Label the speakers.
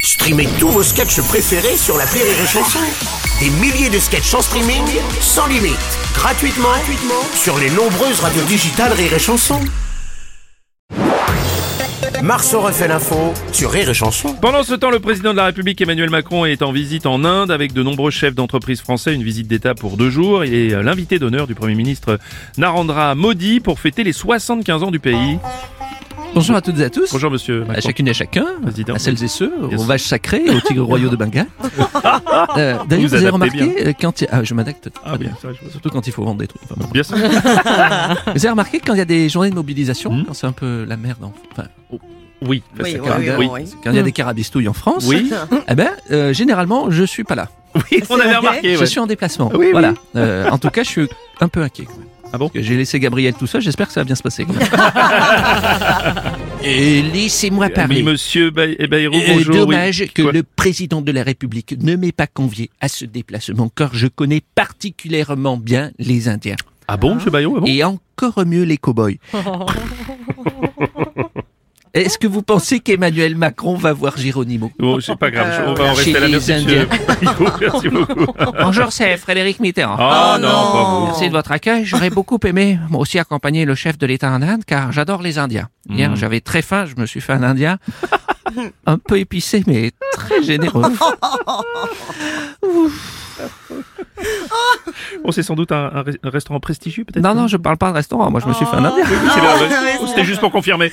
Speaker 1: Streamez tous vos sketchs préférés sur la Rire et Chanson. Des milliers de sketchs en streaming, sans limite, gratuitement, gratuitement sur les nombreuses radios digitales Rire et Chanson. Marceau refait l'info sur Rire et Chanson.
Speaker 2: Pendant ce temps, le président de la République Emmanuel Macron est en visite en Inde avec de nombreux chefs d'entreprise français, une visite d'État pour deux jours. Il est euh, l'invité d'honneur du Premier ministre Narendra Modi pour fêter les 75 ans du pays.
Speaker 3: Bonjour à toutes et à tous.
Speaker 2: Bonjour monsieur Macron.
Speaker 3: À chacune et à chacun,
Speaker 2: Président.
Speaker 3: à celles et ceux,
Speaker 2: Bien
Speaker 3: aux
Speaker 2: sûr.
Speaker 3: vaches sacrées, aux tigres royaux de Bengale. Euh,
Speaker 2: Vous
Speaker 3: D'ailleurs, vous,
Speaker 2: adaptez
Speaker 3: avez remarqué, euh, quand il y a- ah, je m'adapte,
Speaker 2: Ah oui, ça, je vois ça.
Speaker 3: surtout quand il faut vendre des trucs. Enfin, bon.
Speaker 2: Bien sûr.
Speaker 3: Vous avez remarqué quand il y a des journées de mobilisation,
Speaker 2: Hmm.
Speaker 3: quand c'est un peu la merde, en- enfin,
Speaker 2: Oui, ça,
Speaker 4: Oui,
Speaker 2: c'est
Speaker 4: oui,
Speaker 2: quand même-
Speaker 4: oui,
Speaker 2: oui.
Speaker 4: oui.
Speaker 3: quand il y a des carabistouilles en France,
Speaker 2: Oui.
Speaker 3: eh ben, euh, généralement, je suis pas là.
Speaker 2: Oui, on avait
Speaker 4: vrai.
Speaker 2: remarqué.
Speaker 3: Je
Speaker 2: ouais.
Speaker 3: suis en déplacement.
Speaker 2: Oui, oui.
Speaker 3: voilà. Euh, en tout cas, je suis un peu inquiet. quand même.
Speaker 2: Ah bon
Speaker 3: Parce que J'ai laissé Gabriel tout seul, j'espère que ça va bien se passer. quand même. Et laissez-moi
Speaker 2: Oui,
Speaker 3: parler.
Speaker 2: monsieur Bay- eh, Bayrou,
Speaker 3: Euh,
Speaker 2: bonjour. oui.
Speaker 3: dommage que
Speaker 2: Quoi
Speaker 3: le président de la République ne m'ait pas convié à ce déplacement, car je connais particulièrement bien les Indiens.
Speaker 2: Ah bon, monsieur Bayrou, ah bon
Speaker 3: Et encore mieux les cow-boys. Est-ce que vous pensez qu'Emmanuel Macron va voir Géronimo
Speaker 2: Bon, Oh, c'est pas grave, je- on va en
Speaker 3: Chez
Speaker 2: rester là.
Speaker 3: les
Speaker 2: Merci, monsieur Bayrou, merci beaucoup.
Speaker 3: Bonjour, c'est Frédéric Mitterrand.
Speaker 2: Ah non, pas vous.
Speaker 3: Merci de votre accueil. J'aurais beaucoup aimé, moi aussi, accompagner le chef de l'État en Inde, car j'adore les Indiens. Hier,
Speaker 2: Mhm.
Speaker 3: j'avais très faim, je me suis fait un Indien. un peu épicé, mais très généreux.
Speaker 2: Bon, Oh, c'est sans doute un, un re- un restaurant prestigieux, peut-être
Speaker 3: Oh. Non, non, je parle pas de restaurant. Moi, je me suis fait un Indien.
Speaker 2: Oui, oui, c'est là, ouais.
Speaker 4: Ah, ouais, c'est
Speaker 2: C'était juste pour confirmer.